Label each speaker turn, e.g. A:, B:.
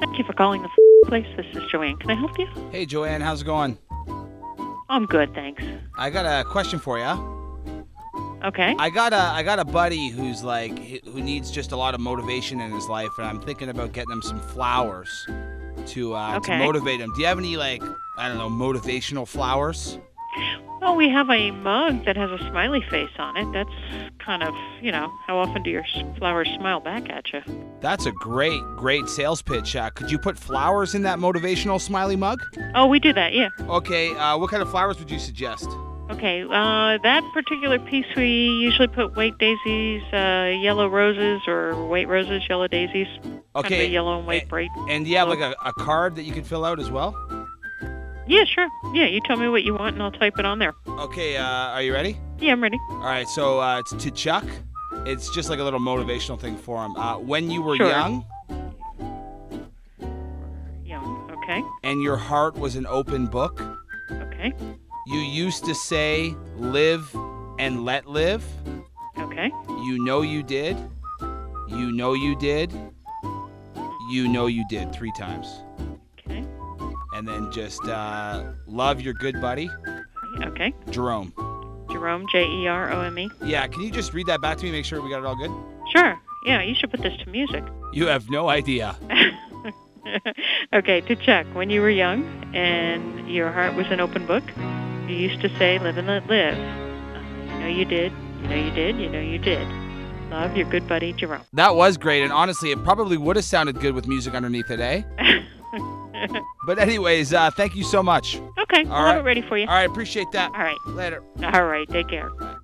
A: Thank you for calling the place. This is Joanne. Can I help you?
B: Hey, Joanne, how's it going?
A: I'm good, thanks.
B: I got a question for you.
A: Okay.
B: I got a I got a buddy who's like who needs just a lot of motivation in his life, and I'm thinking about getting him some flowers to uh, to
A: Okay.
B: motivate him. Do you have any like I don't know motivational flowers?
A: Well, Oh, we have a mug that has a smiley face on it. That's kind of, you know, how often do your s- flowers smile back at you?
B: That's a great great sales pitch. Uh, could you put flowers in that motivational smiley mug?
A: Oh, we do that, yeah.
B: Okay, uh, what kind of flowers would you suggest?
A: Okay, uh, that particular piece we usually put white daisies, uh, yellow roses, or white roses, yellow daisies. Kind of a
B: Okay, Eh.
A: yellow and white
B: a-
A: bright.
B: And do you have like a, a card that you could fill out as well?
A: Yeah, sure. Yeah, you tell me what you want and I'll type it on there.
B: Okay, uh, are you ready?
A: Yeah, I'm ready.
B: All right, so uh, it's to Chuck. It's just like a little motivational thing for him. Uh, when you were
A: Sure.
B: young
A: Yeah, okay,
B: and your heart was an open book,
A: okay,
B: you used to say, live and let live.
A: okay.
B: You know you did. You know you did. You know you did three times.
A: Okay.
B: And then just uh, love your good buddy,
A: Okay.
B: Jerome.
A: Jerome, J E R O M E.
B: Yeah, can you just read that back to me? Make sure we got it all good?
A: Sure. Yeah, you should put this to music.
B: You have no idea.
A: okay, to check. When you were young and your heart was an open book, you used to say, live and let live. Uh, You know you did. You know you did. You know you did. Love your good buddy, Jerome.
B: That was great, and honestly, it probably would have sounded good with music underneath it, eh? But anyways, uh, thank you so much.
A: okay, I'll have
B: right.
A: it ready for you.
B: All right, appreciate that.
A: All right.
B: Later.
A: All right. Take care.
B: Bye.